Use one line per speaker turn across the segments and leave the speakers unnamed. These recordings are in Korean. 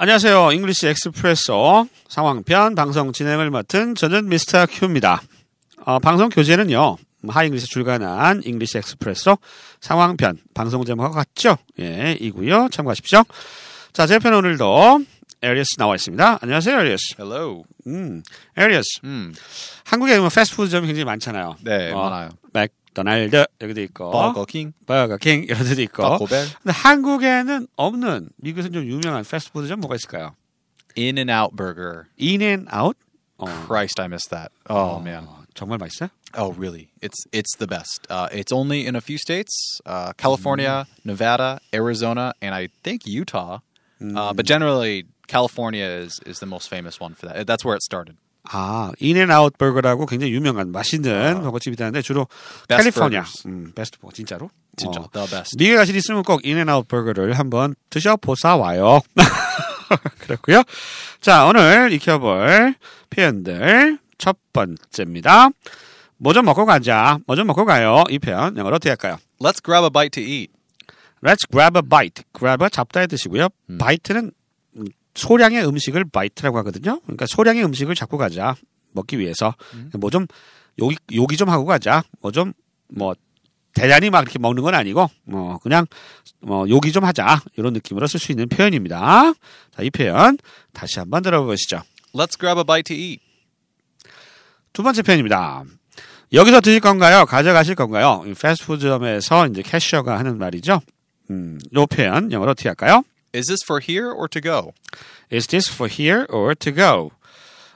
안녕하세요. 잉글리시 엑스프레소 상황편 방송 진행을 맡은 저는 미스터 큐입니다. 어, 방송 교재는요. 하잉글리시 출간한 잉글리시 엑스프레소 상황편 방송 제목과 같죠? 예, 이고요. 참고하십시오. 자, 제 편 오늘도 에리어스 나와 있습니다. 안녕하세요, 에리어스.
Hello. Hmm.
음, 에리어스.
음.
한국에 보면 패스트푸드점이 굉장히 많잖아요.
네,
어,
많아요.
맥도날드 여기도 있고
버거킹,
버거킹 이런 데도 있고
바코벨,
근데 한국에는 없는 미국에서 좀 유명한 패스트푸드점 뭐가 있을까요?
In-N-Out Burger.
인앤아웃? 어,
Christ, I missed that. Oh, man.
어, 정말 맛있어요?
Oh, really? It's it's the best. Uh, it's only in a few states: uh, California, Nevada, Arizona, and I think Utah. Uh, but generally, California is is the most famous one for that. That's where it started.
아, 인앤아웃 버거라고 굉장히 유명한 맛있는 버거집이 있는데 주로
어. Best
캘리포니아
burgers.
음, 베스트 버거 진짜로?
진짜
어.
the best.
미국에 가실 일 있으면 꼭 인앤아웃 버거를 한번 드셔보사 와요. 그렇고요. 자, 오늘 익혀볼 표현들 첫 번째입니다. 뭐 좀 먹고 가자. 뭐 좀 먹고 가요. 이 편 영어로 어떻게 할까요?
Let's grab a bite to eat.
Let's grab a bite. grab은 잡다의 뜻이고요. bite는 음, 소량의 음식을 bite라고 하거든요. 그러니까 소량의 음식을 잡고 가자. 먹기 위해서 뭐 좀 요기 요기 좀 하고 가자. 뭐 좀 뭐 대단히 막 이렇게 먹는 건 아니고 뭐 그냥 뭐 요기 좀 하자 이런 느낌으로 쓸 수 있는 표현입니다. 자, 이 표현 다시 한번 들어보시죠.
Let's grab a bite to eat.
두 번째 표현입니다. 여기서 드실 건가요? 가져가실 건가요? 이 패스트푸드점에서 이제 캐셔가 하는 말이죠. 음, 요 표현 영어로 어떻게 할까요?
Is this for here or to go?
Is this for here or to go?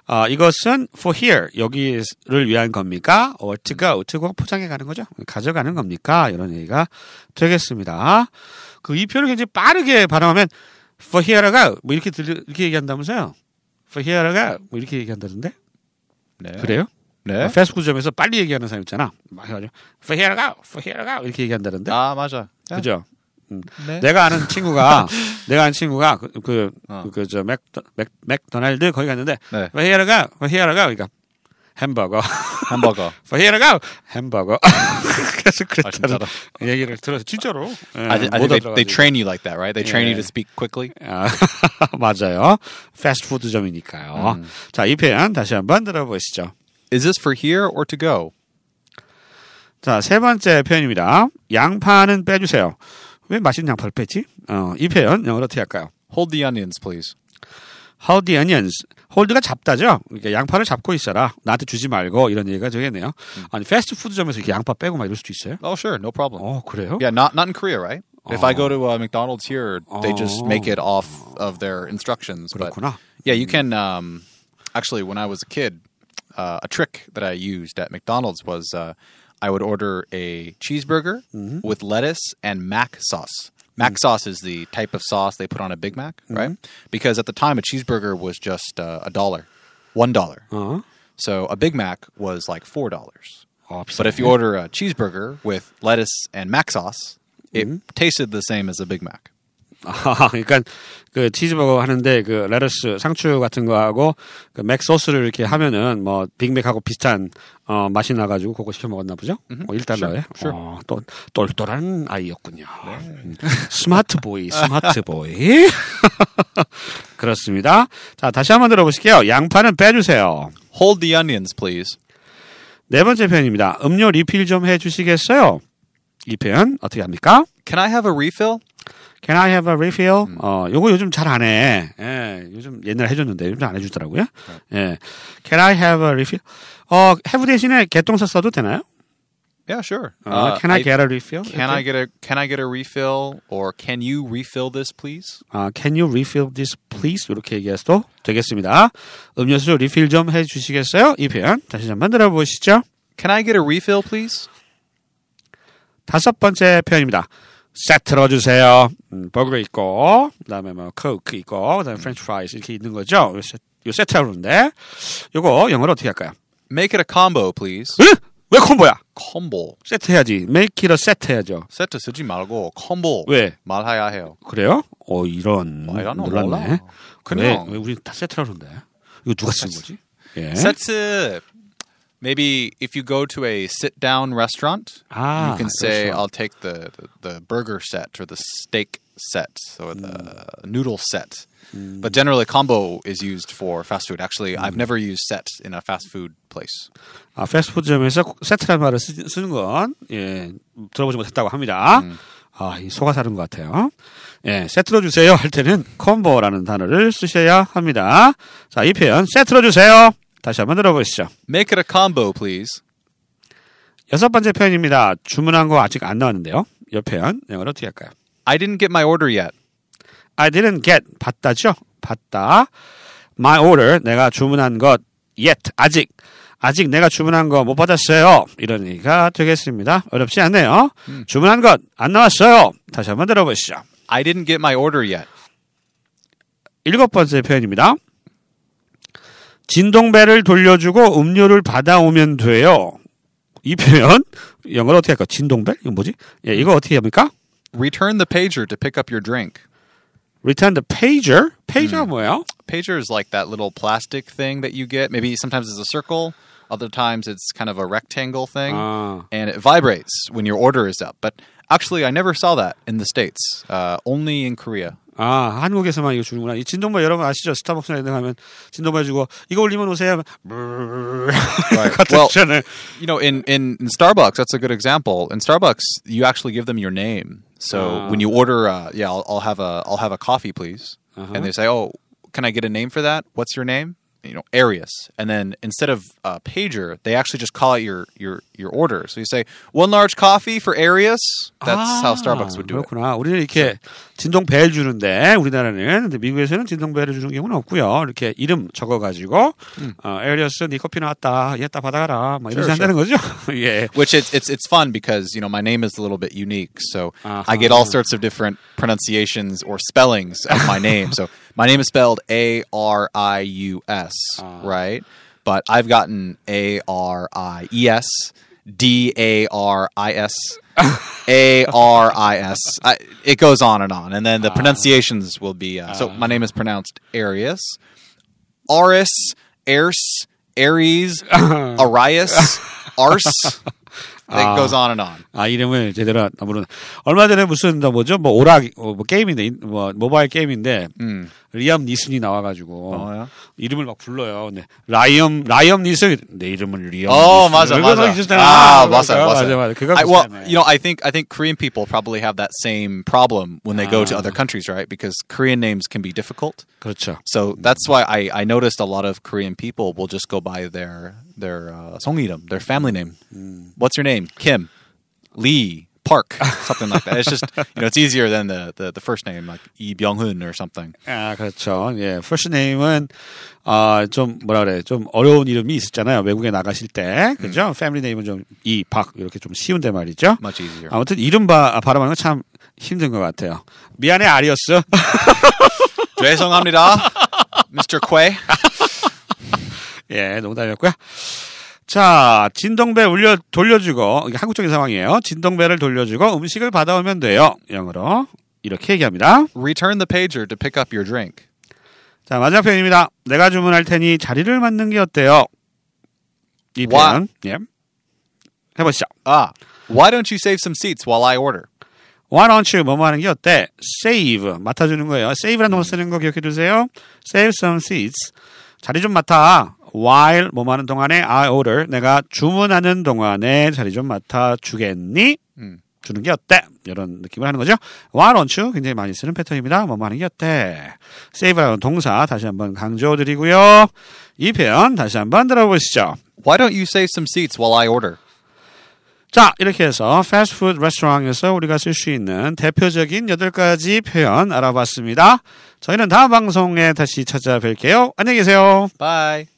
아, 이것은 for here, 여기를 위한 겁니까? or to go, to go 포장해 가는 거죠? 가져가는 겁니까? 이런 얘기가 되겠습니다. 그 이 표현을 굉장히 빠르게 발음하면 for here or go, 뭐 이렇게 들, 이렇게 얘기한다면서요? for here or go, 뭐 이렇게 얘기한다던데?
네.
그래요?
네.
패스트푸드점에서 빨리 얘기하는 사람 있잖아. 막 해가지고 for here or go, for here or go 이렇게 얘기한다던데?
아, 맞아. 네.
그죠?
네.
내가 아는 친구가 내가 아는 친구가 그,
어.
그그저 맥도 맥 맥도날드 거기 갔는데
네.
왜 히어로가 왜 히어로가 그러니까 햄버거
햄버거.
왜 히어로가 햄버거 그래서
아,
그랬다는
진짜로.
얘기를 들어서 진짜로 예,
I, thi- I
못
think they, they
알아가지고.
train you like that, right? They train you
Yeah.
to speak quickly.
아, 맞아요 패스트푸드점이니까요 자이 표현 다시 한번 들어보시죠
Is this for here or to go?
자세 번째 표현입니다 양파는 빼주세요 왜 맛있는 양파를 빼지 어, 이 표현 영어로 어떻게 할까요
Hold the onions, please.
Hold the onions. 홀드가 잡다죠. 그러니까 양파를 잡고 있어라. 나한테 주지 말고 이런 얘기가 되겠네요. 아니 패스트푸드점에서 이렇게 양파 빼고 막 이럴 수도 있어요.
Oh, sure, no problem.
어 그래요?
Yeah, not not in Korea, right? If I go to uh, McDonald's here, they just
Oh.
make it off of their instructions. But
그렇구나.
yeah, you can. Um, actually, when I was a kid, uh, a trick that I used at McDonald's was uh, I would order a cheeseburger
Mm-hmm.
with lettuce and mac sauce.
Mm.
Mac sauce is the type of sauce they put on a Big Mac, right?
Mm-hmm.
Because at the time, a cheeseburger was just uh, a dollar, one dollar.
어.
So a Big Mac was like four dollars.
어,
But if you order a cheeseburger with lettuce and mac sauce, it tasted the same as a Big Mac.
아, 그러니까 그 치즈버거 하는데 그 레터스 상추 같은 거하고 그 맥소스를 이렇게 하면은 뭐 빅맥하고 비슷한 어, 맛이 나가지고 그거 시켜 먹었나 보죠? 어, 1달러에.
sure. 네.
어, 또 똘똘한 아이였군요. 음, 스마트 보이, 스마트 보이. 그렇습니다. 자, 다시 한번 들어보실게요. 양파는 빼주세요.
Hold the onions, please.
네 번째 표현입니다. 음료 리필 좀 해주시겠어요? 이 표현 어떻게 합니까?
Can I have a refill?
Can I have a refill?
음.
어, 요거 요즘 잘 안 해. 예, 요즘 옛날에 해줬는데 요즘 안 해주더라고요.
네.
예. Can I have a refill? 어, have 대신에 개똥사 써도 되나요?
Yeah, sure.
어,
Uh,
can I, get a refill?
can I get a can I get a refill or can you refill this, please?
아, can you refill this please? 이렇게 얘기해도 되겠습니다. 음료수 리필 좀 해주시겠어요? 이 표현 다시 한번 들어보시죠.
Can I get a refill, please?
다섯 번째 표현입니다. 셋 틀어주세요. 음, 버거 있고, 그 다음에 뭐, 코크 있고, 그 다음에 프렌치 프라이스 이렇게 있는 거죠. 요, 세, 요 세트라고 그러는데, 요거 영어로 어떻게 할까요?
Make it a combo, please.
으! 왜 콤보야?
combo.
세트 해야지. make it a set 해야죠.
세트 쓰지 말고 combo.
왜?
말해야 해요.
그래요? 어, 이런.
아, 이런 거
놀랐네.
몰라.
왜,
그냥 아,
Eh? 왜 우리 다 세트라고 그러는데? 이거 누가 쓴 거지? 예.
세트 Maybe if you go to a sit down restaurant,
아,
you can say,
그렇죠.
I'll take the, the, the burger set or the steak set or the noodle set. But generally, combo is used for fast food. Actually, I've never used set in a fast food place.
아, 패스트푸드점에서 세트라는 말을 쓰, 쓰는 건, 예, 들어보지 못했다고 합니다.
음.
아, 이 소가 사는 것 같아요. 예, 세트로 주세요 할 때는 콤보라는 단어를 쓰셔야 합니다. 자, 이 표현, 세트로 주세요. 다시 한번 들어보시죠.
Make it a combo, please.
여섯 번째 표현입니다. 주문한 거 아직 안 나왔는데요. 이 표현, 영어로 어떻게 할까요?
I didn't get my order yet.
I didn't get, 받다죠? 받다. My order, 내가 주문한 것, yet, 아직. 아직 내가 주문한 거 못 받았어요. 이런 얘기가 되겠습니다. 어렵지 않네요. 주문한 것 안 나왔어요. 다시 한번 들어보시죠.
I didn't get my order yet.
일곱 번째 표현입니다. 진동배를 돌려주고 음료를 받아오면 돼요. 이 표현 영어로 어떻게 할까? 진동벨? 이거 뭐지? 예, 이거 어떻게 합니까?
Return the pager to pick up your drink.
Return the pager. pager가 뭐예요?
Pager is like that little plastic thing that you get. Maybe sometimes it's a circle, other times it's kind of a rectangle thing,
Ah.
and it vibrates when your order is up. But actually, I never saw that in the states. Uh, only in Korea.
아, 한국에서만 이거 주는구나. 이 진동벨 여러분 아시죠? 스타벅스나 이런 데 가면 진동벨 주고 이거 올리면 오세요 하면
음. Right.
같은
Well,
시간에
You know, in, in, in Starbucks, that's a good example. In Starbucks, you actually give them your name. So when you order, uh, yeah, I'll, I'll have a I'll have a coffee, please, and they say, oh, can I get a name for that? What's your name? You know, Arius, and then instead of uh, pager, they actually just call out your your your order. So you say one large coffee for Arius. That's
Ah.
how Starbucks would do
아,
it.
그렇구나. 우리는 이렇게 진동벨 주는데 우리나라는 근데 미국에서는 진동벨을 주는 경우는 없고요. 이렇게 이름 적어가지고 어, 에리어스 네 커피 나왔다. 얘 따 받아가라. 막 이런
음. Sure,
식으로 한다는 거죠. 예.
Which it's it's it's fun because you know my name is a little bit unique, so
Uh-huh.
I get all sorts of different pronunciations or spellings of my name. so my name is spelled A R I U S, right? But I've gotten A R I E S, D A R I S, A R I S. I- It goes on and on, and then the pronunciations will be. Uh, so my name is pronounced Arius, Aris, Erse, Aries, Arius, Arse. It goes on and on.
아 이름을 제대로 아무런 얼마 전에 무슨 나 뭐죠 뭐 오락 어, 뭐 게임인데 인- 뭐 모바일 게임인데 리암 니슨이 나와가지고
음. 어요?
이름을 막 불러요. 근데 라이엄 라이엄 니슨 내 이름은 리암.
Oh,
니슨.
맞아,
그거
맞아.
어, 비슷하잖아.
Ah,
맞아,
맞아,
맞아, 맞아. 뭐, 그거
I, well,
비슷하네.
you know, I think I think Korean people probably have that same problem when they go to other countries, right? Because Korean names can be difficult.
그렇죠.
So that's why I, I noticed a lot of Korean people will just go by their their uh, 성이름, their family name. What's your name? Kim, Lee, Park, something like that. It's just you know it's easier than the the, the first name like Lee Byung Hun or something.
아, 그렇죠. 예. first name은, 아, 좀, 뭐라 그래. 좀 어려운 이름이 있었잖아요. 외국에 나가실 때. 그죠? family name은 좀 이, 박, 이렇게 좀 쉬운데 말이죠.
Much easier.
아무튼 이름 바, 발음하는 건 참 힘든 것 같아요. 미안해, 아리어스.
죄송합니다, Mr. Quay.
예, 농담이었고요. 자, 진동배 울려, 돌려주고, 이게 한국적인 상황이에요. 진동배를 돌려주고 음식을 받아오면 돼요. 영어로. 이렇게 얘기합니다.
Return the pager to pick up your drink.
자, 마지막 표현입니다. 내가 주문할 테니 자리를 맡는 게 어때요? 이
와.
표현. 예. 해보시죠.
Ah, why don't you save some seats while I order?
Why don't you 뭐뭐 하는 게 어때? Save 맡아주는 거예요. Save라는 동사 쓰는 거 기억해 두세요. Save some seats. 자리 좀 맡아. While 뭐뭐 하는 동안에 I order 내가 주문하는 동안에 자리 좀 맡아 주겠니? 주는 게 어때? 이런 느낌을 하는 거죠. Why don't you 굉장히 많이 쓰는 패턴입니다. 뭐뭐 하는 게 어때? Save라는 동사 다시 한번 강조드리고요. 이 표현 다시 한번 들어보시죠.
Why don't you save some seats while I order?
자, 이렇게 해서 패스트푸드 레스토랑에서 우리가 쓸 수 있는 대표적인 여덟 가지 표현 알아봤습니다. 저희는 다음 방송에 다시 찾아뵐게요. 안녕히 계세요.
Bye.